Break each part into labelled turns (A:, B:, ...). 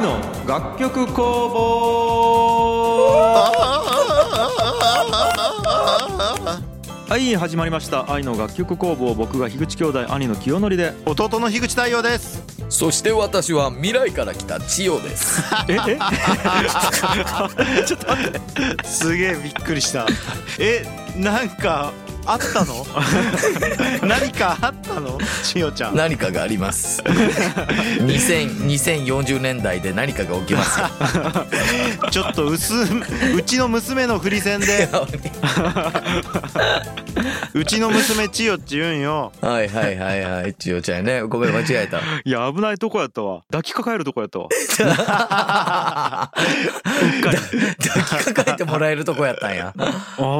A: 楽曲工房はい始まりました愛の楽曲工房僕が樋口兄弟兄の清則で
B: 弟の樋口太陽です
C: そして私は未来から来た千代 です。
A: ええ
B: すげえびっくりした えなんかあったの 何かあったのしおちゃん
C: 何かがあ ります。2000 2040年代で何かが起きますよ。
B: ちょっと薄うちの娘の振り線 でうちの娘千代って言うんよ
C: はいはいはいはい。千代ちゃんね。ごめん間違えた。
A: いや危ないとこやったわ抱きかかえるとこやったわ
C: 抱きかかえてもらえるとこやったんや。
A: あ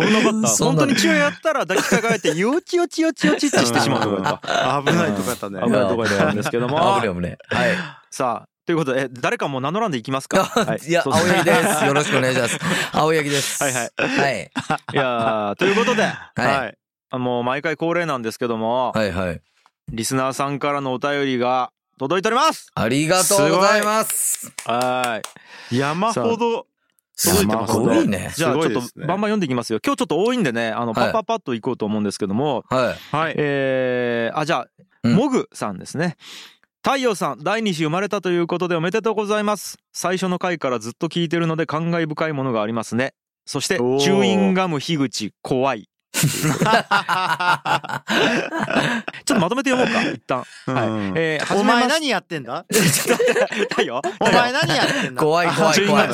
A: 危なかった
C: そ
A: 本
C: んな
A: 当に血をやったら抱きかかえ てよちよちよちよちってしてしまうとこやった
B: 危ないとこやったね
A: 危ないとこやったんですけども
C: 危ね危ね。はい。
A: さあということでえ誰かもう名乗らんでいきます かはい
C: いや、
A: そう
C: 青柳です。よろしくお願い します。青柳です。
A: はいはい
C: はい。
A: いやーという ことで
C: はい。
B: い
A: あもう毎回恒例なんですけども、
C: はいはい。
A: リスナーさんからのお便りが届いております
C: ありがとうございます。
A: は
B: 山ほど
A: ごい
C: すごいね。
A: じゃあちょっと
B: すごいですね
A: バンバン読んでいきますよ今日ちょっと多いんでねあの
C: は
A: パ
C: い
A: パパッといこうと思うんですけども、
C: は
B: はい
A: えー、あじゃあ、
C: うん
A: モグさんですね太陽さん第2子生まれたということでおめでとうございます最初の回からずっと聞いてるので感慨深いものがありますねそしてチ
B: おー
A: ューインガム樋口怖 い ちょっとまとめて読もうか一旦、はい
B: うん
A: えー、
B: お
A: 初めま
B: 前
A: し
B: 何やってんだ
A: 太陽
B: お前何やってん
C: い。
B: だ
C: 怖い怖い怖い。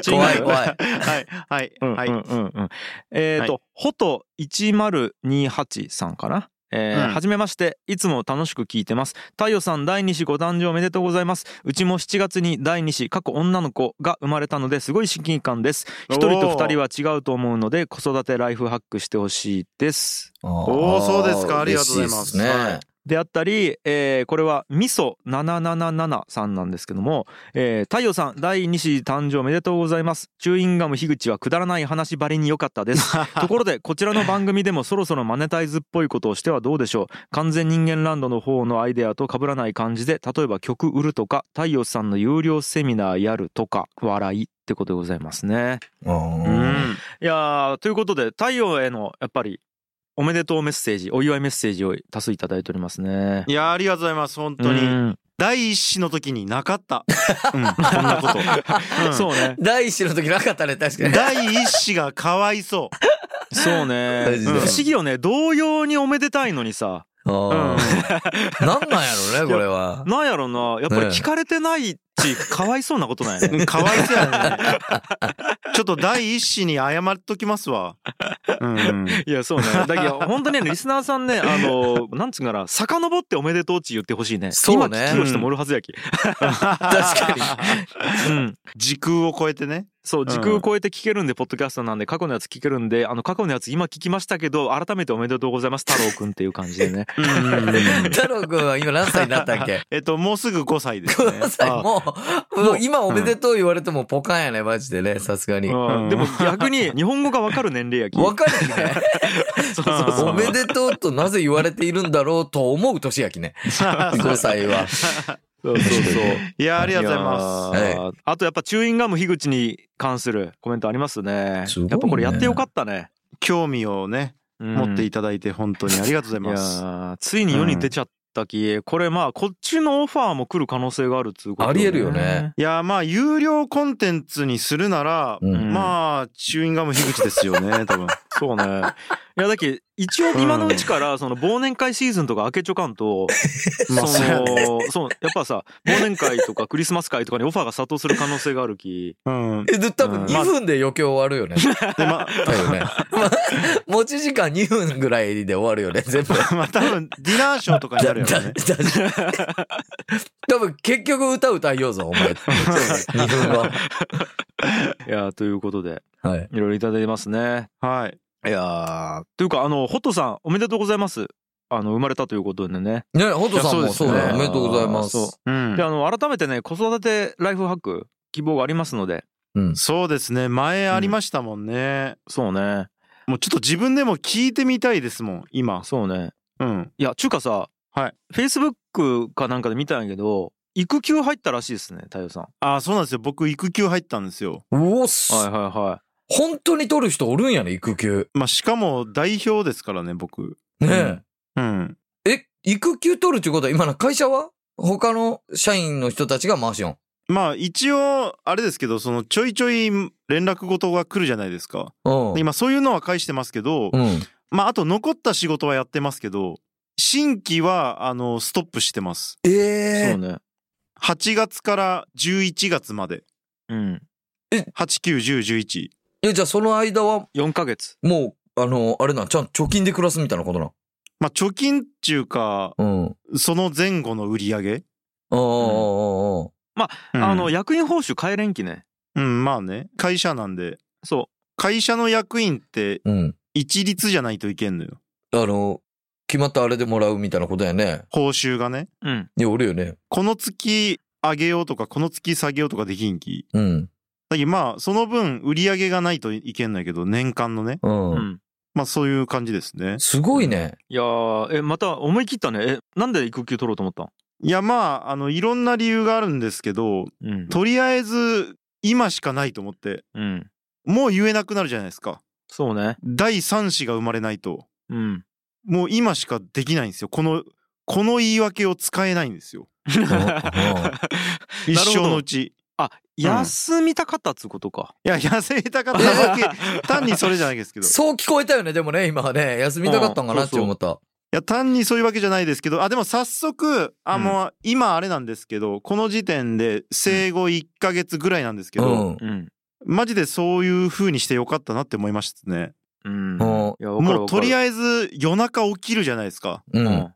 A: チューインガ
C: 怖
A: ム
C: い怖い。
B: はいはい
A: うんうんう
B: はい
A: んうんえっ、と、ほと1028さんかな。えー
B: うん
A: はじめましていつも楽しく聞いてます太陽さん第2子ご誕生おめでとうございますうちも7月に第2子過去女の子が生まれたのですごい親近感です1人と2人は違うと思うので子育てライフハックしてほしいです
B: おーそうですかありがとうございます
C: 嬉しで
B: はい。
C: ね
A: であったり、えーこれはみそ777さんなんですけども、えー太陽さん第2子誕生おめでとうございますチューインガム樋口はくだらない話ばりに良かったですところでこちらの番組でもそろそろマネタイズっぽいことをしてはどうでしょう完全人間ランドの方のアイデアと被らない感じで例えば曲売るとか太陽さんの有料セミナーやるとか笑いってことでございますね
C: うん
A: いやーということで太陽へのやっぱりおめでとうメッセージお祝いメッセージを多数いただいておりますね
B: いやありがとうございます本当
A: う
B: に
A: ん
B: 第一子の時になかった、うん、こんなこと、う ん
A: そうね。
C: 第一子の時なかったね、確 かに。
B: 第一子がかわいそ
A: そうね。
C: ジ
A: 不
C: で
A: 思議よね。同様におめでたいのにさ。
B: う、うん
C: あーなんなんやろうね、これは。
A: なんやろな。やっぱり
C: ねえ
A: 聞かれてないち、かわいそうなことなんやね。
B: かわいそうやねちょっと第一子に謝っときますわ、うん、
A: いや、そうね。だけど、本当にね、リスナーさんね、あの、なんつうんかな、遡っておめでとうち言ってほしいね。
C: そう
A: 今
C: ね
A: 聞きをしてもるはずやき。
C: 確かに。
A: うん。
B: 時空を超えてね
A: そう、時空を超えて聞けるんで、ポッドキャストなんで、過去のやつ聞けるんで、あの、過去のやつ今聞きましたけど、改めておめでとうございます、太郎くんっていう感じでね。
C: 太郎くんは今何歳になった っけ
B: えっともうすぐ5歳ですね
C: 5歳
B: あ
C: もう、もう今おめでとう言われてもポカンやね、マジでね、さすがに。わ
A: うんでも逆に、日本語がわかる年齢やき。
C: かるよね。
A: そうそうそう
C: おめでとうとなぜ言われているんだろうと思う年やきね。5歳は。
A: そうそうそう。
B: いやありがとうございます
A: いやーあとやっぱチューインガム樋口に関するコメントありますね。
C: すごいね
A: やっぱこれやってよかったね。
B: 興味をね持っていただいて本当にありがとうござ
A: いや
B: います、
A: ーついに世に出ちゃったき、これまあこっちのオファーも来る可能性があるっつうこと
C: ありえるよね。
B: いやまあ有料コンテンツにするなら、
C: うん
B: まあチューインガム樋口ですよね多分
A: そうね。いやだけ一応今のうちからその忘年会シーズンとか明けちょかんと、
B: まあ
A: そ
B: そうや
A: のそうやっぱさ忘年会とかクリスマス会とかにオファーが殺到する可能性があるき。
B: うん
C: え、で、多分2分で余興終わるよね。
B: でま
C: だよ ね。持ち時間2分ぐらいで終わるよね、全部。
B: まあ多分ディナーショーとかになる よね
C: だだ多分結局歌歌いようぞ、お前。2分後。
A: いやーということで
C: はい。
A: いろいろいただいてますね。
B: はい
A: いやーというかあのホットさんおめでとうございますあの生まれたということでね、
C: ね、本当さん
B: い
C: も
B: や
C: そ
B: そううですね
C: だよ。おめでとうございます。
A: そう
B: うん
A: であの改めてね子育てライフハック希望がありますので
C: うん。
B: そうですね前ありましたもんね、
A: そうね
B: もうちょっと自分でも聞いてみたいですもん今
A: そうね
B: うん
A: いやちゅうかさ
B: はい
A: フェイスブックかなんかで見たんやけど育休入ったらしいですね太陽さん
B: あーそうなんですよ僕育休入ったんですよ
C: おっす、
A: はいはいはい
C: 本当に取る人おるんやね、育休。
B: まあしかも代表ですからね僕
C: ね
B: うん
C: え。え、育休取るってことは、今の会社は他の社員の人たちが回しよん。
B: まあ一応あれですけどそのちょいちょい連絡事が来るじゃないですか
C: うん。
B: 今そういうのは返してますけど、
C: うん。
B: まああと残った仕事はやってますけど新規はあのストップしてます
C: え
A: そ
C: え
A: うね
B: 8月から11月まで
A: うん
B: 891011
C: え、じゃあその間は、
A: 4ヶ月
C: もう、あの、あれなん、ちゃんと貯金で暮らすみたいなことな。
B: まあ貯金っていうか
C: うん。あ
B: その前後の売り上げ、
C: あ、ああ、ああ
B: うん
A: あの役員報酬改連期ね
B: うんまあね会社なんで
A: そ
B: 会社の役員って
C: ああ、うん。
B: 一律じゃないといけんのよ
C: あの、決まったあれでもらうみたいなことやね。
B: 報酬がね
A: ううん
C: いや、おるよね。
B: この月上げようとかこの月下げようとかできんき
C: うん。
B: だけどまあその分売り上げがないといけんないけど年間のね
C: うん。
A: うん
B: まあそういう感じですね
C: すごいね。
A: いやーえまた思い切ったねえなんで育休取ろうと思ったん
B: いやまああのいろんな理由があるんですけど
A: うん
B: とりあえず今しかないと思って
A: うん
B: もう言えなくなるじゃないですか
A: そうね
B: 第三子が生まれないと
A: うん
B: もう今しかできないんですよこのこの言い訳を使えないんですよ
A: なるほ
B: 一
A: ど
B: 生のうち
A: あ 休みたかったっつうことか
B: いや痩せたかっただけ 単にそれじゃないですけどい
C: そう聞こえたよね、でもね、今はね。休みたかったんかなって思った。
B: や単にそういうわけじゃないですけどあでも早速あ
A: うん
B: もう今あれなんですけどこの時点で生後1ヶ月ぐらいなんですけ
C: う
B: ど、
C: ん。
A: うん
B: マジでそういう風にしてよかったなって思いましたね
A: うん
C: も
A: いやわかる
B: も
A: わか
B: うと
A: る
B: りあえず夜中起きるじゃないですか
C: うん。
A: うん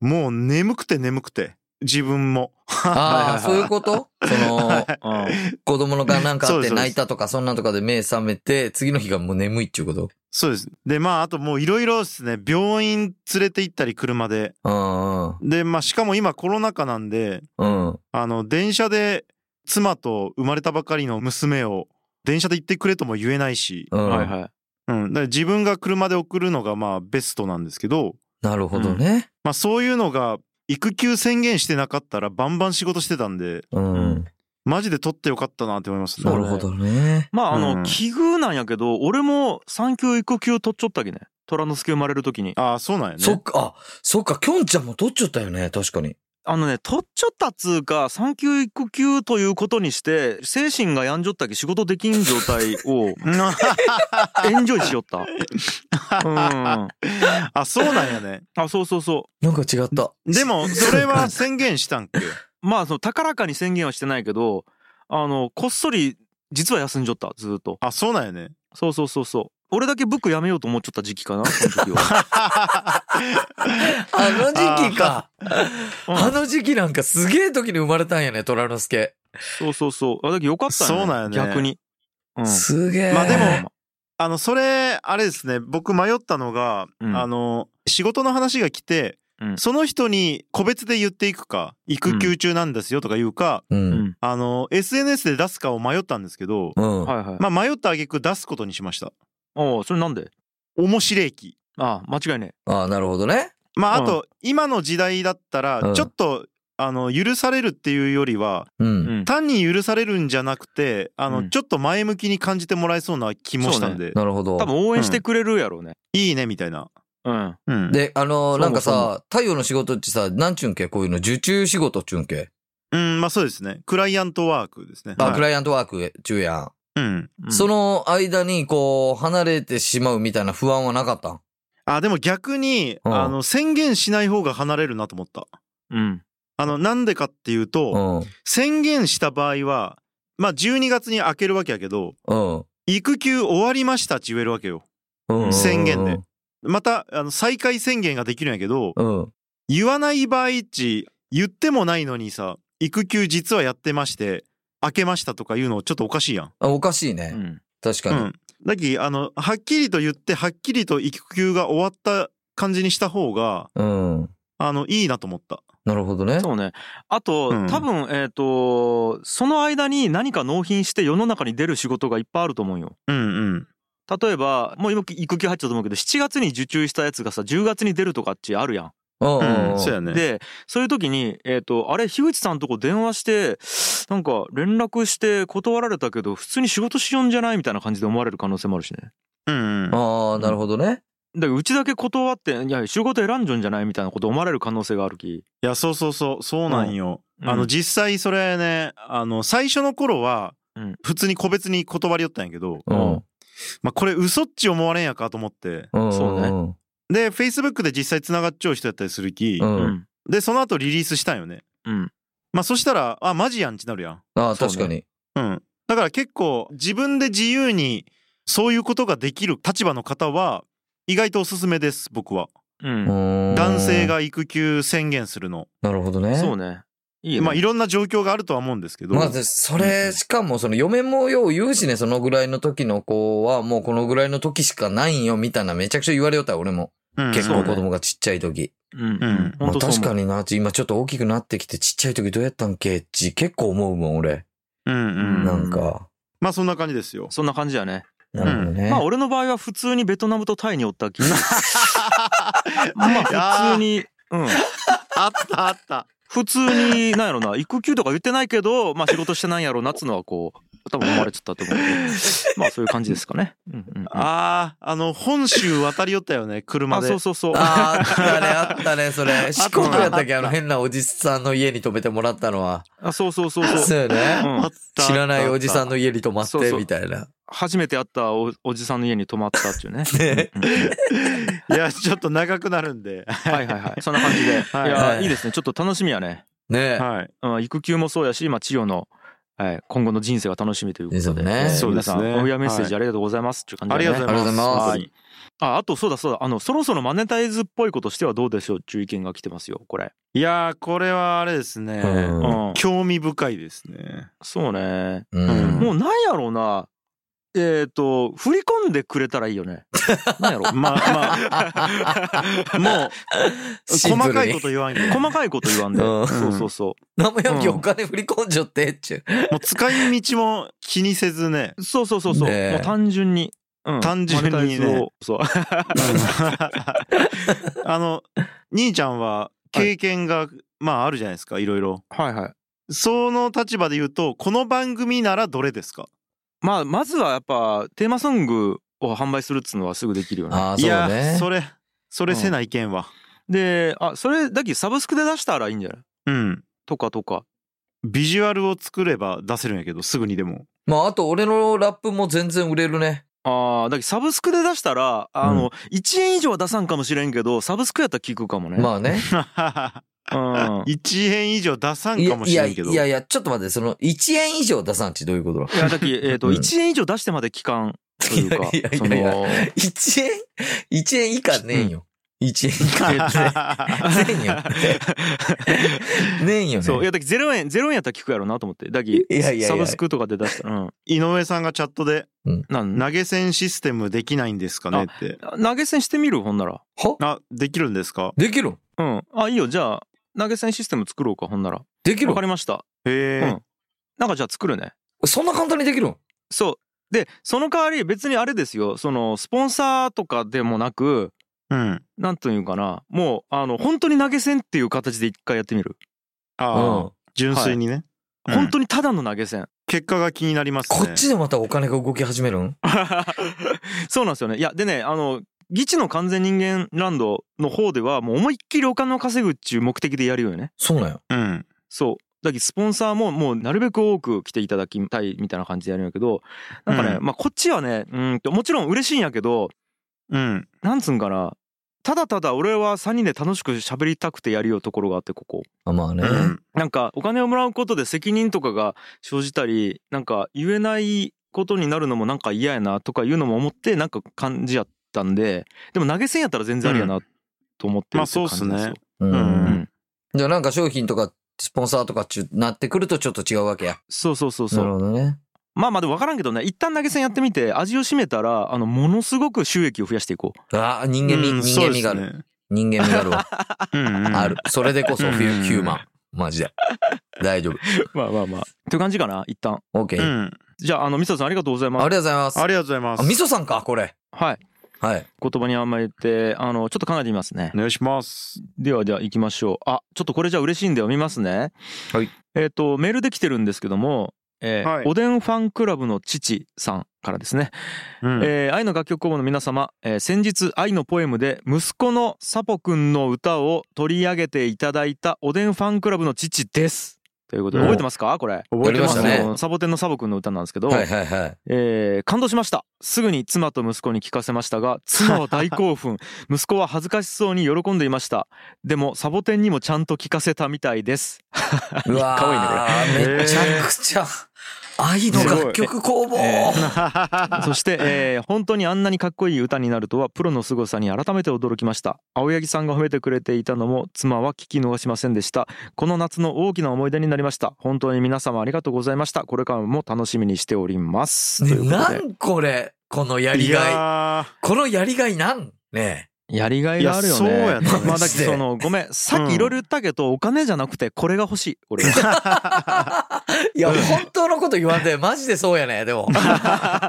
B: もう眠くて眠くて自分も
C: ああ、そういうことその、
A: うん
C: 子供のがなんかあ
B: そう
C: っ
B: ですそうです
C: て泣いたとか、そんなんとかで目覚めて、次の日がもう眠いっていうこと
B: そうですでまああともういろいろですね病院連れて行ったり車で
C: うん
B: でまあしかも今コロナ禍なんで
C: うん。うん。
B: あの電車で妻と生まれたばかりの娘を電車で行ってくれとも言えないし、
C: うん。
A: はいはい
B: うん、だから自分が車で送るのがまあベストなんですけど、
C: なるほどね。
B: まあ、そういうのが育休宣言してなかったらバンバン仕事してたんで
C: うん。
A: うん
B: マジで取ってよかったなって思います
C: な
B: ね
C: る。ほどね。
A: まああ
B: うん
A: の奇遇なんやけど俺も産休育休取っちょったきね虎之助生まれる時に
B: ああそうなんやね。
C: そっか、あ、そっか、きょんちゃんも取っちゃったよね、確かに。
A: あのね取っちょったっつうか産休育休ということにして精神が病んじょったき仕事できん状態 をエンジョイしよったうんあ
B: あそうなん やね。
A: そうそうそ
C: なんか違った。
B: でもそれは宣言したんっけ
A: うまあその高らかに宣言はしてないけどあのこっそり実は休んじょったずーっと
B: あそうなんやね。
A: そうそうそうそう俺だけブックやめようと思っちゃった時期かなその時は
C: あの時期
A: う
C: か。
A: ん
C: あの時期なんかすげえ時に生まれたんやね、虎之助。
A: そうそうそうあだけどよかったよね
B: そうなんやね
A: 逆にうん
C: すげえ。
B: まあでもあのそれあれですね僕迷ったのが、
A: うん
B: あの仕事の話が来て、
A: うん
B: その人に個別で言っていくか育休中なんですよとか言うか、
C: う。
A: うんん
B: あの SNS で出すかを迷ったんですけど、
C: うん。
A: はいはい
B: まあ迷った挙句出すことにしました
A: おおそれなんで
B: 面白い気
A: ああ間違いね
C: ああ、なるほどね。
B: まあ
A: うん
B: あと、今の時代だった
C: う
B: ら
C: ん
B: ちょっと、あの許されるっていうよりは
C: う
A: え
C: ん。
A: うん
B: 単に許されるんじゃなくてあの、
A: うん
B: ちょっと前向きに感じてもらえそうな気もしたんで、
C: なるほど。
A: 多分応援してくれるやろうね
B: いいねみたいな。
A: うん
B: うん、
C: で、あの
A: そうも
C: ー、なんか
A: そう
C: さ、太陽の仕事ってさ、なんちゅうんけこういうの、受注仕事っちゅうんけ
B: うん、まあそうですね。クライアントワークですね。
C: あ、
B: はい
C: クライアントワーク中やん。
B: うん。
A: うん
C: その間に、こう、離れてしまうみたいな不安はなかったん
B: あ、でも逆に、
C: うん
B: あの、宣言しない方が離れるなと思った。
A: うん
B: あの、なんでかっていうと、
C: うん。
B: 宣言した場合は、まあ12月に開けるわけやけど、
C: うん
B: 育休終わりましたって言えるわけよ。
C: うん。
B: 宣言で。また、あの、再開宣言ができるんやけど、
C: うん。
B: 言わない場合っち、言ってもないのにさ、育休実はやってまして、開けましたとか言うのちょっとおかしいやん。
C: あおかしいうね。
A: ん
C: 確
B: う
C: かに。
B: ん。だき、あの、はっきりと言って、はっきりと育休が終わった感じにした方が、
C: うん。
B: あの、いいなと思った。
C: なるほどね。
A: そうねあと
B: うん
A: 多分えっとその間に何か納品して世の中に出る仕事がいっぱいあると思うよ
B: うんうん。
A: 例えばもう今育休入っちゃうと思うけど7月に受注したやつがさ10月に出るとかっちあるやん
C: うん
A: うん
C: うん
B: そうやね
A: でそういう時に、えーと「あれ樋口さんとこ電話してなんか連絡して断られたけど普通に仕事しようんじゃない?」みたいな感じで思われる可能性もあるしね。
B: うんうん
C: ああ、なるほどね。
A: だからうちだけ断って「いや仕事選んじゃうんじゃない?」みたいなこと思われる可能性があるき。
B: いやそうそうそうそうなんよ、
A: うん
B: あの実際それねあの最初の頃は
A: うん
B: 普通に個別に断りよったんやけど、
C: うん。
B: まあ、これ嘘っち思われんやかと思って
C: うん。
A: そうね
B: で Facebook で実際つながっちゃう人やったりするき、
C: うん。うん。
A: ん
B: でその後リリースしたんよね
A: うん
B: まあそしたらあマジやんちなるやん
C: ああ、確かに。
B: うんだから結構自分で自由にそういうことができる立場の方は意外とおすすめです僕は
A: うん
B: 男性。が育休宣言するの
C: なるほどね。
A: そうね。いいよね
B: まあいろんな状況があるとは思うんですけど、
C: まず、それ、しかも、その、嫁もよう言うしね、そのぐらいの時の子は、もうこのぐらいの時しかないんよ、みたいな、めちゃくちゃ言われよったよ、俺も。
B: うん
C: 結
B: そう
C: 構
B: ね
C: 子供がちっちゃい時。
A: うん
B: う
A: うんん、
C: ま
A: 本
C: あ
A: 当そう
C: 確
A: 思
C: か
A: う
C: にな、今ちょっと大きくなってきて、ちっちゃい時どうやったんけっち、結構思うもん、俺。
B: うんうん
C: なんか。
B: まあそんな感じですよ
A: そんな感じやね。
C: なるほどね。
A: まあ俺の場合は普通にベトナムとタイにおったき。 ま
B: い
A: あ
B: やー
A: 普通に、うん。
B: あったあ った
A: 普通に、なんやろな、育休とか言ってないけど、まあ仕事してないんやろうなっつのはこう、多分思われちゃったと思うけど。まあそういう感じですかね。うんうんうん、あ
B: あーあの本州渡りよったよね車で
A: そうそうそう。
C: あーあったね、あったね、そ れ。四国やったっけ
B: あった
C: あの変なおじさんの家に泊めてもらったのは。
A: あそうそうそうそ
C: そう
A: う。
C: よね。
A: うん
B: あった
C: 知らないおじさん
B: の
C: の家に泊まっ
A: そう
C: て、
A: そう
C: みたいな。
A: 初めて会ったおおじさんの家に泊まったっていうね。
C: ね
A: うんうん
B: いやちょっと長くなるんで
A: はいはいはい。そんな感じで。
B: はい
A: い
C: は
A: や、
C: い
A: いいですね。ちょっと楽しみやね。
C: ね
B: はい
A: うん、育休もそうやし、今、千代の、はい、今後の人生が楽しみというこ
C: です
A: と
C: よ
A: で。
C: ね
A: えー
B: そうで
A: 皆
B: す
A: さ
B: ね
A: ん、親メッセージありがとうございますっていう感じ
B: あり
A: で、ね
B: がとうござい
A: り
B: ます
C: あ
A: がとうございああと、そうだそうだ、あの、そろそろマネタイズっぽいことしてはどうでしょうっていう意見が来てますよ、これ。
B: いやーこれはあれですね、
C: うん
A: うん。
B: 興味深いですね
A: そうね。
B: う
C: う
B: ん。
C: ん。
A: もう なんやろうな。えっ、と、振り込んでくれたらいいよね。なんやろ
B: まあまあもう
C: シンプ
B: 細
C: ルに
B: かいこと言わんけど
A: 細かいこと言わんで。
C: うん
A: そうそうそ
C: 何もやんけ、お金振り込んじゃって、っちゅ
B: もう使い道も気にせずね
A: う。そうそうそうそう。
C: ねえ
A: もう単純に。うん
B: 単純にね
A: マネタイズをそう。
B: あの兄ちゃんは経験が、まああるじゃないですかいろいろ
A: はいはい。
B: その立場で言うとこの番組ならどれですか
A: まあ、まずはやっぱ、テーマソングを販売するっつうのはすぐできるよね。
C: ああ、
B: い
C: そう
B: や
C: ね。
B: それそれせない意見は
A: で、あ、それだけサブスクで出したらいいんじゃない
B: うん
A: とかとか。
B: ビジュアルを作れば出せるんやけどすぐにでも
C: まあ、あと俺のラップも全然売れるね。
A: ああ、だけどサブスクで出したら、あの、1円以上は出さんかもしれんけど、サブスクやったら聞くかもね。
C: まあね。
A: あうん。
B: 1円以上出さん
C: い
B: か
C: や
B: も
C: い
B: し
C: や
B: れん
C: い
B: けど
C: やいや、ちょっと待って、その、1円以上出さんちどういうことだ
A: いや、だ けどえっ
C: う
A: と、
C: ん
A: 1円以上出してまで聞かんというか、
C: いやい
A: そ
C: やいやいや
A: の、
C: ?1 円 ?1 円以下ねえんよ。1円以 下ねえんよ。ねえんよね。
A: そう、いや、だけど0円、0円やったら聞くやろなと思って。だけ
C: いやいやいや
A: サブスクとかで出したら、うん。
B: 井上さんがチャットで
A: なん
B: 投げ銭システムできないんですかねって
A: 投げ銭してみるほんなら。
C: は
B: あできるんですか
C: できるん
A: うん。あ、いいよ。じゃあ、投げ銭システム作ろうか、ほんなら。
C: できる
A: わ
C: ん
A: かりました。
B: へえ、
A: うんなんかじゃあ作るね。
C: そんな簡単にできるん
A: そう。で、その代わり別にあれですよ。その、スポンサーとかでもなく、
B: うん。
A: なんというかな。もう、あの、本当に投げ銭っていう形で一回やってみる。
C: う
B: あ
C: ん。
B: あ、
C: こ
B: 純粋にね、うん
A: 本当にただの投げ銭。
B: 結果が気になりますね。
C: っちでまたお金が動き始めるん
A: そうなんですよね。いや、でね、あの、議地の完全人間ランドの方では、もう思いっきりお金を稼ぐっていう目的でやるよね。
C: そうなんよ。
B: うん。
A: そう。だけどスポンサーももうなるべく多く来ていただきたいみたいな感じでやるんやけど、なんかね、
B: う
A: まあこっちはね、うーんと、もちろん嬉しいんやけど、
B: うん。
A: なんつうんかな、ただただ俺は3人で楽しく喋りたくてやるよところがあって、ここ。
C: あまあね
B: う。ん。
A: なんかお金をもらうことで責任とかが生じたり、なんか言えないことになるのもなんか嫌やなとかいうのも思って、なんか感じやったんで、でも投げ銭やったら全然ありやなと思ってるっていう感じなんですよ。
C: う
B: うん
A: ん。
C: じゃあなんか商品とか、スポンサーとかっちゅうなってくるとちょっと違うわけや。
A: そうそうそうそ
C: な
A: う
C: る。ほどね。
A: まあまあでも分からんけどね一旦投げ銭やってみて味を占めたらあのものすごく収益を増やしていこう
C: ああ、人間味、
B: うん
C: 人間味
B: そ
C: があ
B: う
C: る。
B: ですね
C: 人間味があるわ。
B: うんうん
C: ある。それでこそヒ
B: う
C: ュ
B: ん
C: ヒューマン。マジで。大丈夫。
A: まあまあまあという感じかな一旦
C: OK。
B: う
C: あり
B: ん。
A: じゃああのみささんありがとうござい
C: がと
A: ま
C: うございます
B: あ。りがとうございます
C: あ、。みそさんか、これ。
A: すはい
C: はい。
A: 言葉に甘えて、あの、ちょっと考えてみますね
B: お。願いします。
A: ではでは行きましょう。あ、ちょっとこれじゃ嬉しいんで読みますね。
C: はい。
A: えっ、と、メールできてるんですけども、えー
B: はい
A: おでんファンクラブの父さんからですね。
B: うん
A: えー愛の楽曲公募の皆様、えー先日愛のポエムで息子のサポくんの歌を取り上げていただいたおでんファンクラブの父です。ということで、
B: うん
A: 覚えてますかこれ。
B: 覚えてま
C: ました
B: す
C: ね
A: あのサボテンのサボくんの歌なんですけど、
C: はいはいはい。
A: えー感動しましたすぐに妻と息子に聞かせましたが妻は大興奮息子は恥ずかしそうに喜んでいましたでもサボテンにもちゃんと聞かせたみたいです
C: うわ
A: かわい
C: ー
B: いねこれ
C: めちゃくちゃ、愛の楽曲工房、
A: えそして、えー本当にあんなにかっこいい歌になるとはプロの凄さに改めて驚きました青柳さんが褒めてくれていたのも妻は聞き逃しませんでしたこの夏の大きな思い出になりました本当に皆様ありがとうございましたこれからも楽しみにしております、という
C: ね、
A: こ
C: な
A: とで
C: んこれこのや
B: い
C: りがい。
B: やー
C: このやりがいなんね
A: やりがいがあるよね
B: いやそうやね
A: まあだけどそのごめん さっきいろいろ言ったけどお金じゃなくてこれが欲しい俺は
C: え。いや、本当のこと言わんで、マジでそうやね、でも。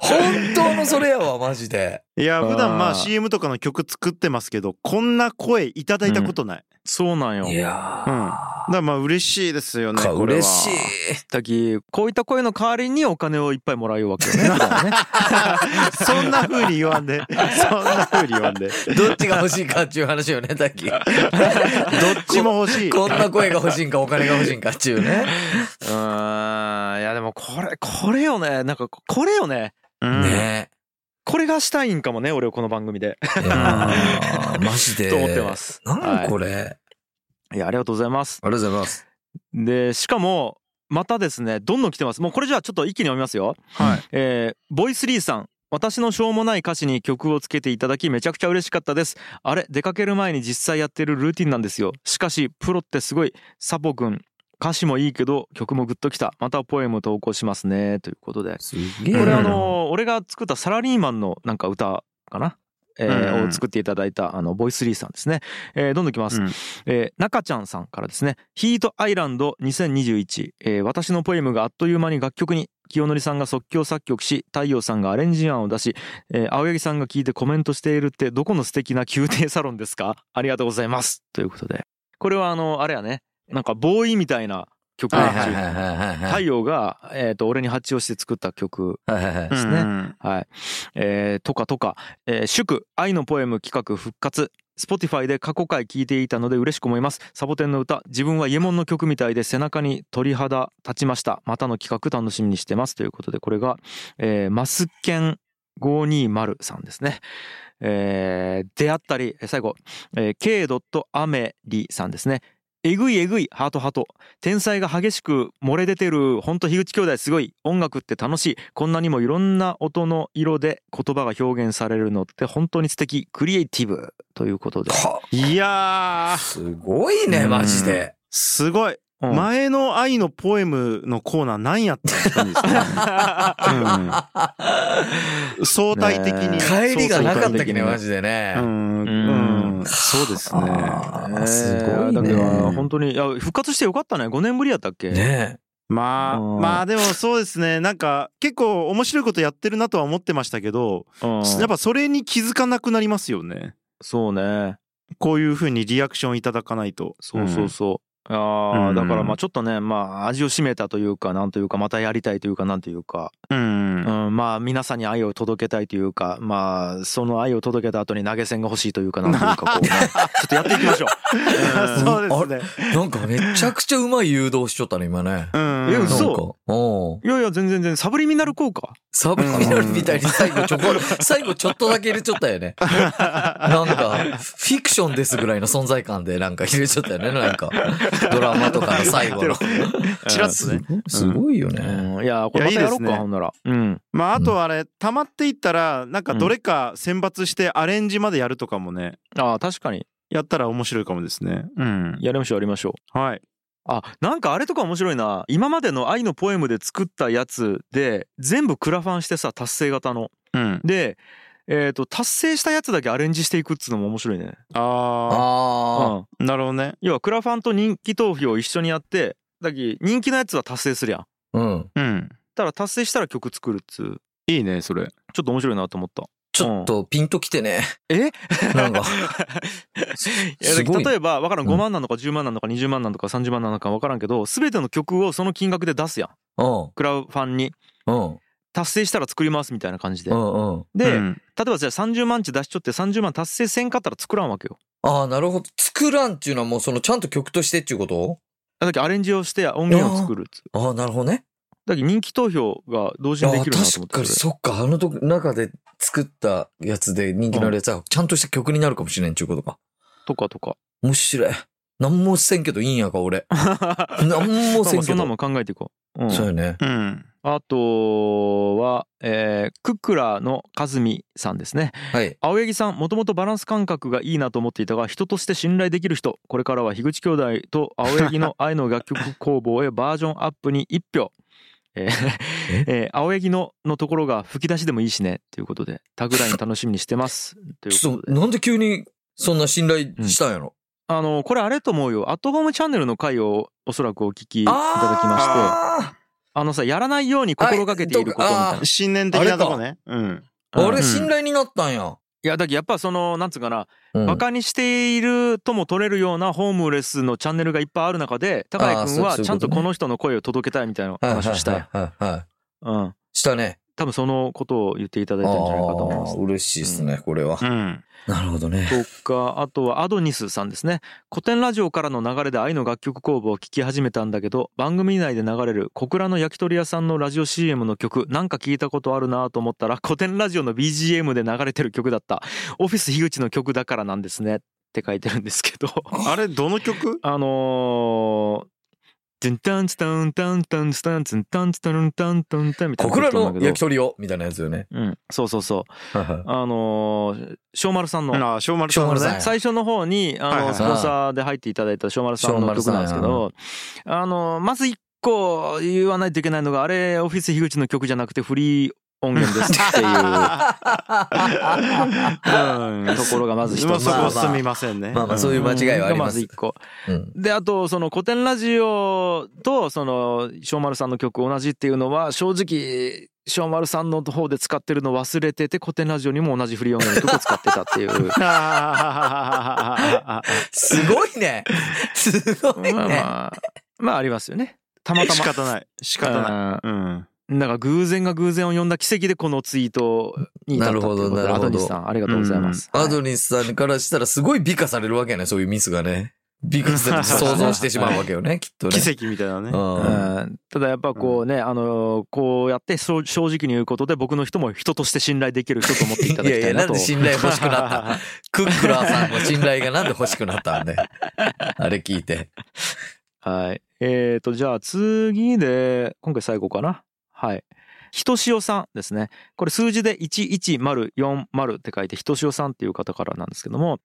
C: 本当のそれやわ、マジで。
B: いや普段ま
A: あ
B: あ
A: ー
B: CM とかの曲作ってますけどこんな声いただいたことない、
A: そうなんよ
C: いや
B: うんだからまあ嬉しいですよ
C: ー、
B: ね
C: か
B: これは
C: 嬉しい。
A: だきこういった声の代わりにお金をいっぱいもらうわけ よね普段ね
B: そんな風に言わん でそんな風に言わんでどっ
C: どっちが欲しいかっていう話よね、タキ。どっ
B: ちも欲しい
C: こんな声が欲しいんか、お金が欲しいんかっていうね。
A: うーんいやでもこれこれよねなんかこれよね
B: うん
C: ね
A: これがしたいんかもね俺をこの番組で
C: え。いやーマジで。
A: と思ってま。す
C: なんこれ、あ
A: いやありがとうございます
C: りがとうございます。
A: でしかもまたですねどんどん来てますもうこれじゃあちょっと一気に読みますよ
B: はい
A: えーボイスリーさん私のしょうもない歌詞に曲をつけていただきめちゃくちゃ嬉しかったですあれ出かける前に実際やってるルーティンなんですよしかしプロってすごいサポ君歌詞もいいけど曲もグッときたまたポエム投稿しますねということです
C: げ
A: こ
C: え。
A: れあのー俺が作ったサラリーマンのなんか歌かなえー
B: うん
A: を作っていただいたあのボイスリーさんですね、えーどんどんいきます、
B: うん
A: えー中ちゃんさんからですね「ヒートアイランド2021、えー私のポエムがあっという間に楽曲に清則さんが即興作曲し太陽さんがアレンジ案を出し、えー青柳さんが聞いてコメントしているってどこの素敵な宮廷サロンですかありがとうございます」ということでこれはあのあれやねなんかボーイみたいな曲
C: は
A: な
C: い
A: んで
C: は
A: すよ
C: いはいはいは
A: 太
C: い。
A: 陽が、えー、と俺に発注して作った曲
C: はいはいはい。
A: ですね
B: うん
A: はい。えーとかとか、えー祝、愛のポエム企画復活。Spotify で過去回聞いていたので嬉しく思います。サボテンの歌、自分はイエモンの曲みたいで背中に鳥肌立ちました。またの企画楽しみにしてます。ということで、これが、えーマスケン520さんですね。えーであったり、えー最後、えー、K. アメリさんですね。えぐいえぐい、ハートハート。天才が激しく漏れ出てるほんと樋口兄弟すごい音楽って楽しいこんなにもいろんな音の色で言葉が表現されるのって本当に素敵クリエイティブということで、
C: はい
B: やー
C: すごいね、マジで。
B: すごい
A: うん
B: 前の愛のポエムのコーナー何やったんですか、うん相対的に
A: ね
C: 帰りがなかったきね、
A: そうそう
C: マジでね。
B: うん、
A: うん
B: うん、そうですね
C: あー
A: ねえ
C: すごい
A: だけど
C: ね。
A: 本当にいや復活してよかったね5年ぶりやったっけ、
C: ね
B: まあ
A: うん
B: まあでもそうですねなんか結構面白いことやってるなとは思ってましたけど
A: うん、
B: やっぱそれに気づかなくなりますよね
A: そうね
B: こういうふうにリアクションいただかないと
A: そうそうそう、あー
B: うん
A: だからまあちょっとねまあ味を占めたというかなんというかまたやりたいというかなんというか
B: うん、うん
A: うん、まあ皆さんに愛を届けたいというかまあその愛を届けた後に投げ銭が欲しいという かなんというかこうねちょっとやっていきましょう。うん
B: そうですね
C: なんかめちゃくちゃうまい誘導しちゃったね、今ね。
B: うん
A: え嘘
C: なんかうん。
A: いやいや全然全然サブリミナル効果
C: サブミナルみたいに最後ちょこ、最後ちょっとだけ入れちゃったよね。なんか、フィクションですぐらいの存在感でなんか入れちゃったよね、なんか。ドラマとかの最後の。
B: チラッとね
C: すごいよ
A: う
C: ね。
A: んいやこれま
B: い
A: た
B: やい
A: やろ
B: いで
A: う
B: す
A: か
B: ね
A: ほんならうん
B: まああとあれ溜まっていったらなんかどれか選抜してアレンジまでやるとかもね
A: ああ確かに
B: やったら面白いかもですねうん
A: やりましょうやりましょう
B: はい
A: あなんかあれとか面白いな今までの愛のポエムで作ったやつで全部クラファンしてさ達成型の
B: うん
A: でえっと達成したやつだけアレンジしていくっつうのも面白いねう
B: あ
C: ああ。
A: ん
B: あなるほどね
A: 要はクラファンと人気投票を一緒にやってだき人気のやつは達成するやん
C: うん。
B: うん
A: ただ達成したら曲作るっつう
B: いいねそれ
A: ちょっと面白いなと思った
C: ちょっとピンときてね。
A: え
C: なんか、
A: いやだ
C: すごい
A: 例えば分からん
C: うん
A: 5万なのか10万なのか20万なのか30万なのか分からんけど全ての曲をその金額で出すやん
C: うん、
A: クラウドファンに
C: うん、
A: 達成したら作りますみたいな感じで、
C: うん、うん。
A: で、
B: うん
A: 例えばじゃあ30万値出しちょって30万達成せんかったら作らんわけよ
C: ああ、なるほど。作らんっていうのはもうそのちゃんと曲としてっていうこと
A: だけどアレンジをして音源を作るっつ
C: ああ、なるほどね。
A: だけど人気投票が同時
C: あ
A: にで
C: あ
A: きるなと思っ
C: 確か
A: て
C: に、
A: そ
C: そっか。あのと中で作ったやつで人気のあるやつは、ちゃんとした曲になるかもしれんっていうことか。
A: れとかとか
C: 面白い。なんもせんけどいいんやか、俺。な んも
A: まあ
C: せ
A: まあ
C: ん
A: そ
C: け
A: んなんも
C: ど。
A: 考えていこう、うん
C: そうよね。
B: うん。
A: あとは、えークックラの和美さんですね
C: はい。
A: 青柳さんもともとバランス感覚がいいなと思っていたが人として信頼できる人これからは樋口兄弟と青柳の愛の楽曲工房へバージョンアップに1票えー えー青柳ののところが吹き出しでもいいしねということでタグライン楽しみにしてますという
C: ちょ
A: こ
C: っ
A: と
C: と、
A: で
C: なんで急にそんな信頼したんやろ。
A: あのこれあれと思うよ「アットホームチャンネル」の回をおそらくお聞きいただきましてあ
C: あ
A: のさやらないように心がけていることみたい
C: はい
A: な
C: ど
B: 信念的なとこね。うん。
C: あ、あ
A: う
C: れ
A: ん
C: 信頼になったんや。
A: いやだけどやっぱそのなんつうかな
C: うん
A: バカにしているとも取れるようなホームレスのチャンネルがいっぱいある中で高
C: あー
A: 井君
C: そう
A: は
C: そういうことね
A: ちゃんとこの人の声を届けたいみたいな話をしたい、
C: はいはいはいはい。
A: うん、
C: したね。
A: 多分そのことを言っていただい
C: あ
A: たんじゃないかと思いま
C: あ、
A: す。
C: 嬉しいですね、これは
B: う。ん。
C: なるほどね。
A: とかあとはアドニスさんですね古典ラジオからの流れで愛の楽曲工房を聴き始めたんだけど番組内で流れる小倉の焼き鳥屋さんのラジオ CM の曲なんか聞いたことあるなと思ったら古典ラジオの BGM で流れてる曲だったオフィス樋口の曲だからなんですねって書いてるんですけど
B: あれ、どの曲
A: あのー、トゥンタンツタンタンタンツタンツンタンツタンタンタンタンみたい
C: 小
A: なことだ
C: 倉
A: と思
C: の
A: うんだけど。
C: 焼き鳥をみたいなやつよね。
A: うん、そうそうそう。
C: はいはい
A: あのー、翔丸さんの、
B: ああ、小丸さんの
C: 小丸さん
B: ね。
A: 最初の方に、あの、
B: はいはいはい
A: スポンサーで入っていただいた翔丸さんの曲なんですけど、あのー、まず一個言わないといけないのが、あれ、オフィス樋口の曲じゃなくてフリー音源ですっていう
B: うん
A: ところがまず一つ。
B: まあ そこ
C: まあ
B: はすみませんね。
C: まあまあそういう間違いはあ
A: が
C: りま
A: ますず一。個。
C: うん
A: であとその古典ラジオとその小丸さんの曲同じっていうのは正直小丸さんの方で使ってるの忘れてて古典ラジオにも同じフリー音源の曲を使ってたっていう
C: すごいね。 すごい
A: まあ
C: ね。
A: まあまあありますよねたまたま
B: 仕方ない。仕方ない。
A: な
B: うん。
A: だから偶然が偶然を呼んだ奇跡でこのツイートに至ったっていうことで
C: なるほどなる
A: ア
C: ほど
A: ドニスさんありがとうございます、
C: アドニスさんからしたらすごい美化されるわけやね、そういうミスがね。美 化されて想像してしまうわけよね、きっとね。
B: 奇跡みたいなね。
C: 跡。
A: うんただやっぱこうね、あのこうやってそう正直に言うことで僕の人も人として信頼できる人と思っていた
C: い
A: だ
C: や
A: き
C: い
A: た
C: や、
A: い
C: な
A: なんと
C: で信頼欲しくなった クックラーさんの信頼がなんで欲しくなったんで。あれ聞いて。
A: はい。えー、と、じゃあ次で、今回最後かな。はい。ひとしおさんですね。これ数字で11040って書いて、ひとしおさんっていう方からなんですけども、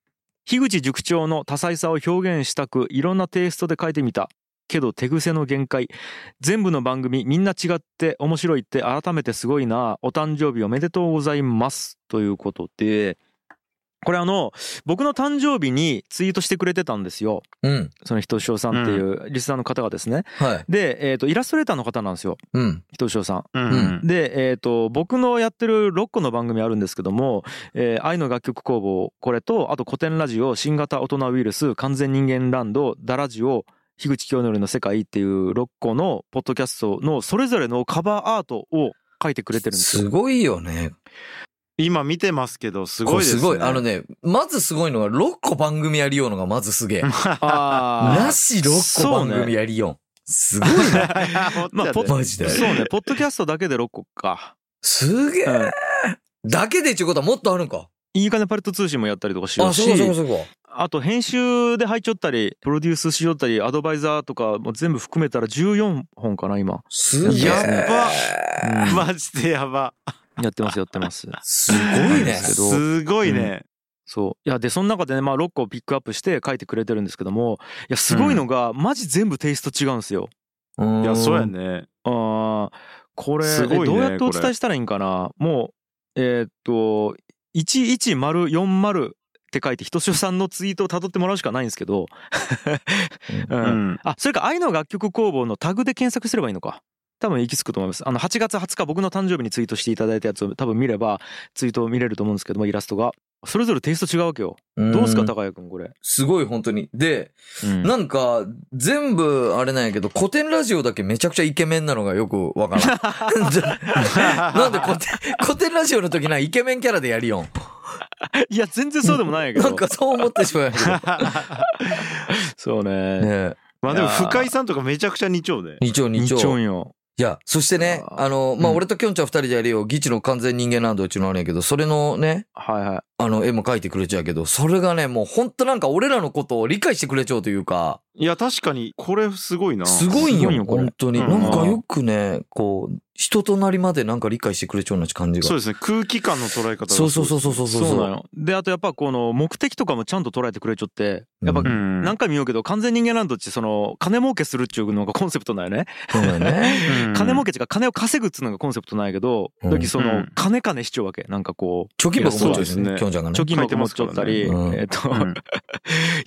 A: 樋口塾長の多彩さを表現したく、いろんなテイストで書いてみた。けど手癖の限界。全部の番組みんな違って面白いって改めてすごいな。お誕生日おめでとうございます。ということで、これあの、僕の誕生日にツイートしてくれてたんですよ。
C: うん。
A: そのひとしおさんっていうリスナーの方がですね。
C: はい。
A: で、えっ、と、イラストレーターの方なんですよ。
C: うん。
A: ひとしおさ。
B: うん
A: で、えっ、と、僕のやってる6個の番組あるんですけども、えー愛の楽曲工房、これと、あと古典ラジオ、新型大人ウイルス、完全人間ランド、ダラジオ、樋口清則の世界っていう6個のポッドキャストのそれぞれのカバーアートを書いてくれてるんですよ。
C: すごいよね。
B: 今見てますけど、すごい
C: こ
B: で
C: れ
B: すね。
C: すご い。あのね、まずすごいのが6個番組やりようのがまずすげえ。
A: あ
C: なし6個番組やりよん。すごいな。
A: まあポッ
C: マジで
A: ー。そうね、ポッドキャストだけで6個か。
C: すげ
A: うん。
C: え。だけでっていうことはもっとあるんか。
A: いいかねパレット通信もやったりとかしよ
C: あ、
A: うし。
C: そうかそうかそうか。
A: あと編集で入っちゃったりプロデュースしよったりアドバイザーとかも全部含めたら14本かな今、
C: すげえ。
A: や
C: ば
A: うん
B: マジでやば。
A: やってますやってます
C: すごいね。
A: けど
B: すごいね。
A: そういやでその中でね、まあ、6個ピックアップして書いてくれてるんですけどもいやすごいのが、マジ全部テイスト違うんですよ
C: い
B: いや、そうや。ね。
A: あーこれ、
B: すごいね
A: えどうやってお
B: こ
A: 伝
B: れ
A: えしたらいいんかなもうえーっと11040って書いてひとしおさんのツイートをたどってもらうしかないんですけど、うん
B: うん。
A: あそれか愛の楽曲工房のタグで検索すればいいのか多分行き着くと思います。あの、8月20日僕の誕生日にツイートしていただいたやつを多分見れば、ツイートを見れると思うんですけども、イラストが。それぞれテイスト違うわけよ。どうですか、
C: ん
A: 高谷くん、これ。
C: すごい本当に。で、
A: うん
C: なんか、全部あれなんやけど、古典ラジオだけめちゃくちゃイケメンなのがよく わからん。じゃなんで古典、古典ラジオの時なイケメンキャラでやりよん。
A: いや、全然そうでもないんやけど。
C: なんかそう思ってしま うんやけど。ね
A: そうね。
C: え
B: まあでも
A: いやー
B: 深井さんとかめちゃくちゃ二丁で。
C: 二丁二
A: 二
C: 丁。
A: 丁よ。
C: いや、そしてね、
A: あー
C: あの、まあ、
A: うん
C: 俺ときょんちゃん二人でやるよ、ギチの完全人間ランドうちのあるんやけど、それのね、
A: はいはい。
C: あの、絵も描いてくれちゃうけど、それがね、もうほんとなんか俺らのことを理解してくれちゃうというか、
B: いや確かにこれすごいな。
C: すごいん
A: すご
C: よ、
A: いよこれ
C: 本当に。
B: うん
C: なんかよくね、こう、人となりまでなんか理解してくれちゃうな感じが。
B: そうですね空気感の捉え方が
C: そうそうそううそうそうそ
A: そう
C: う。
A: なの。で、あとやっぱこの目的とかもちゃんと捉えてくれちょって、やっぱ
C: う
B: うん
A: 何回も言うけど、完全人間ランドってその、金儲けするっちゅうのがコ ンセプトなんよね。
C: そうだよね。
B: うん
A: 金儲けっていうか、金を稼ぐっつうのがコンセプトなんやけど、
C: うん
A: 時そうの
B: ん、
A: 金金しちゃうわけ。なんかこう、
C: 貯金箱持っちゃう
B: いや
C: し
B: そうです
C: ね、
B: ね
C: きょんちゃんがね
A: 貯。金箱持っちゃったり、
C: 書いてますからね
A: えっと、
B: うん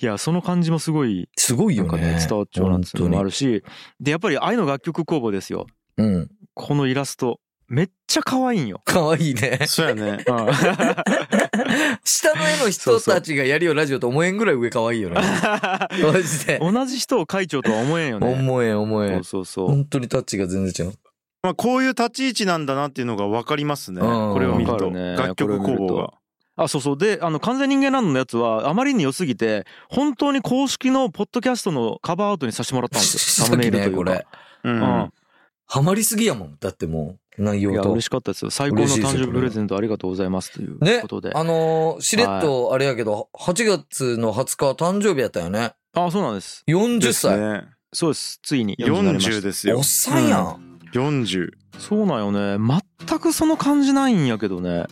A: いや、その感じもすごい、
C: すごい
A: な
C: よ
A: んか
C: ね
A: ね。、伝わっちゃうなっていうのもあ
C: る。
A: るし、で、やっぱり愛の楽曲工房ですよ。
C: うん。
A: このイラスト、めっちゃ可愛いんよ。
C: かわいいね。
B: そうやね。
A: うん
C: 下の絵の人たちがやるよラジオと思えんぐらい上かわいいよね。マジで。
A: 同じ人を会長とは思えんよね。
C: 思えん思え
A: そ
C: ん
A: う。そうそう。
C: 本当にタッチが全然違う。
B: まあこういう立ち位置なんだなっていうのが分かりますね。
C: うん
B: これを見る
A: わか
B: と
A: るね
B: 楽曲工
A: これを見る
B: 房が
A: と。あ、そうそう。で、あの、完全人間ランドのやつは、あまりに良すぎて、本当に公式のポッドキャストのカバーアートに させてもらったんですよ。サムネイルというか。
C: これ。
B: う
A: うんん。
C: ハマりすぎやもん。だってもう、内
A: いや、
C: 容と
A: 嬉。しかったですよ。最高の
C: 嬉しいです
A: 誕
C: よ
A: 生日プレゼントありがとうございますという
C: ね
A: ことで。
C: あのーしれっとあれやけど、8月の20日は誕生日やったよね。
A: あ、そうなんです。
C: 40
B: です
C: 歳。
B: ね。
A: そうです。ついに40になりました
B: 40ですよ
C: おっ。さんやん。
B: 40。
A: そうなんよね。全くその感じないんやけどね。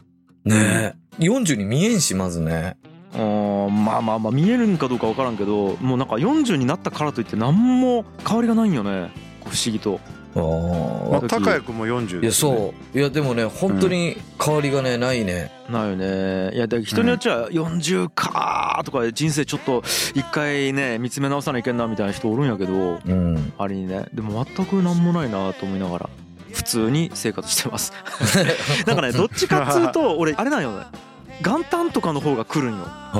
C: ねえ。40に見えんし、まずね。
A: うーんまあまあまあ見えるんかどうか分からんけどもうなんか40になったからといって何も変わりがないんよねこう不思議と
C: あ
B: ま
C: あ
B: あ。高谷君も40
C: いや、
B: ですね。
C: そう。いや、でもね、本当に変わりがね、ないね。
A: ないよねいやで人によっちゃ40かーとか人生ちょっと一回ね見つめ直さないけんなみたいな人おるんやけど
C: うん。
A: あれにねでも全く何もないなと思いながら普通に生活してます なんかねどっちかっつうと俺あれなんよね元旦とかの方が来るんよ
C: あ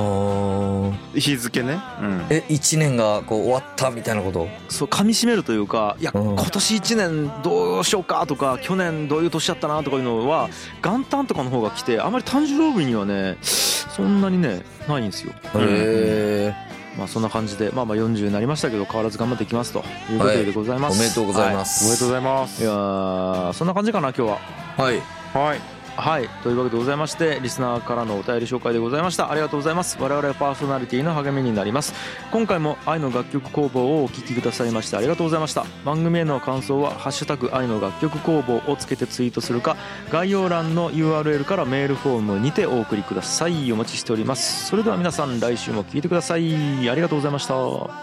C: ー
B: 日付ね。うん
C: え、1年がこう終わったみたいなこと
A: そう噛み締めるというかいや
C: うん
A: 今年1年どうしようかとか去年どういう年だったなとかいうのは元旦とかの方が来てあまり誕生日にはねそんなにねないんですよ。
C: へえ。
A: まあそんな感じでまあまあ40になりましたけど変わらず頑張っていきますということでございま
C: お
A: す。。
C: めでとうございますす。
B: おめでとうございま
A: い
B: す。
A: やーそんな感じかな今日は。
C: はい。
B: はい。
A: はいというわけでございましてリスナーからのお便り紹介でございましたありがとうございます我々パーソナリティの励みになります今回も愛の楽曲工房をお聴きくださいましてありがとうございました番組への感想は「ハッシュタグ愛の楽曲工房」をつけてツイートするか概要欄の URL からメールフォームにてお送りくださいお待ちしておりますそれでは皆さん来週も聴いてくださいありがとうございました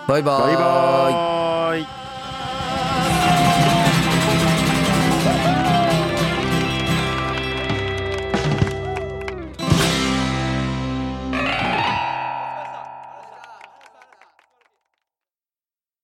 C: バ
B: バ
C: イバーイ。
B: イバーイ。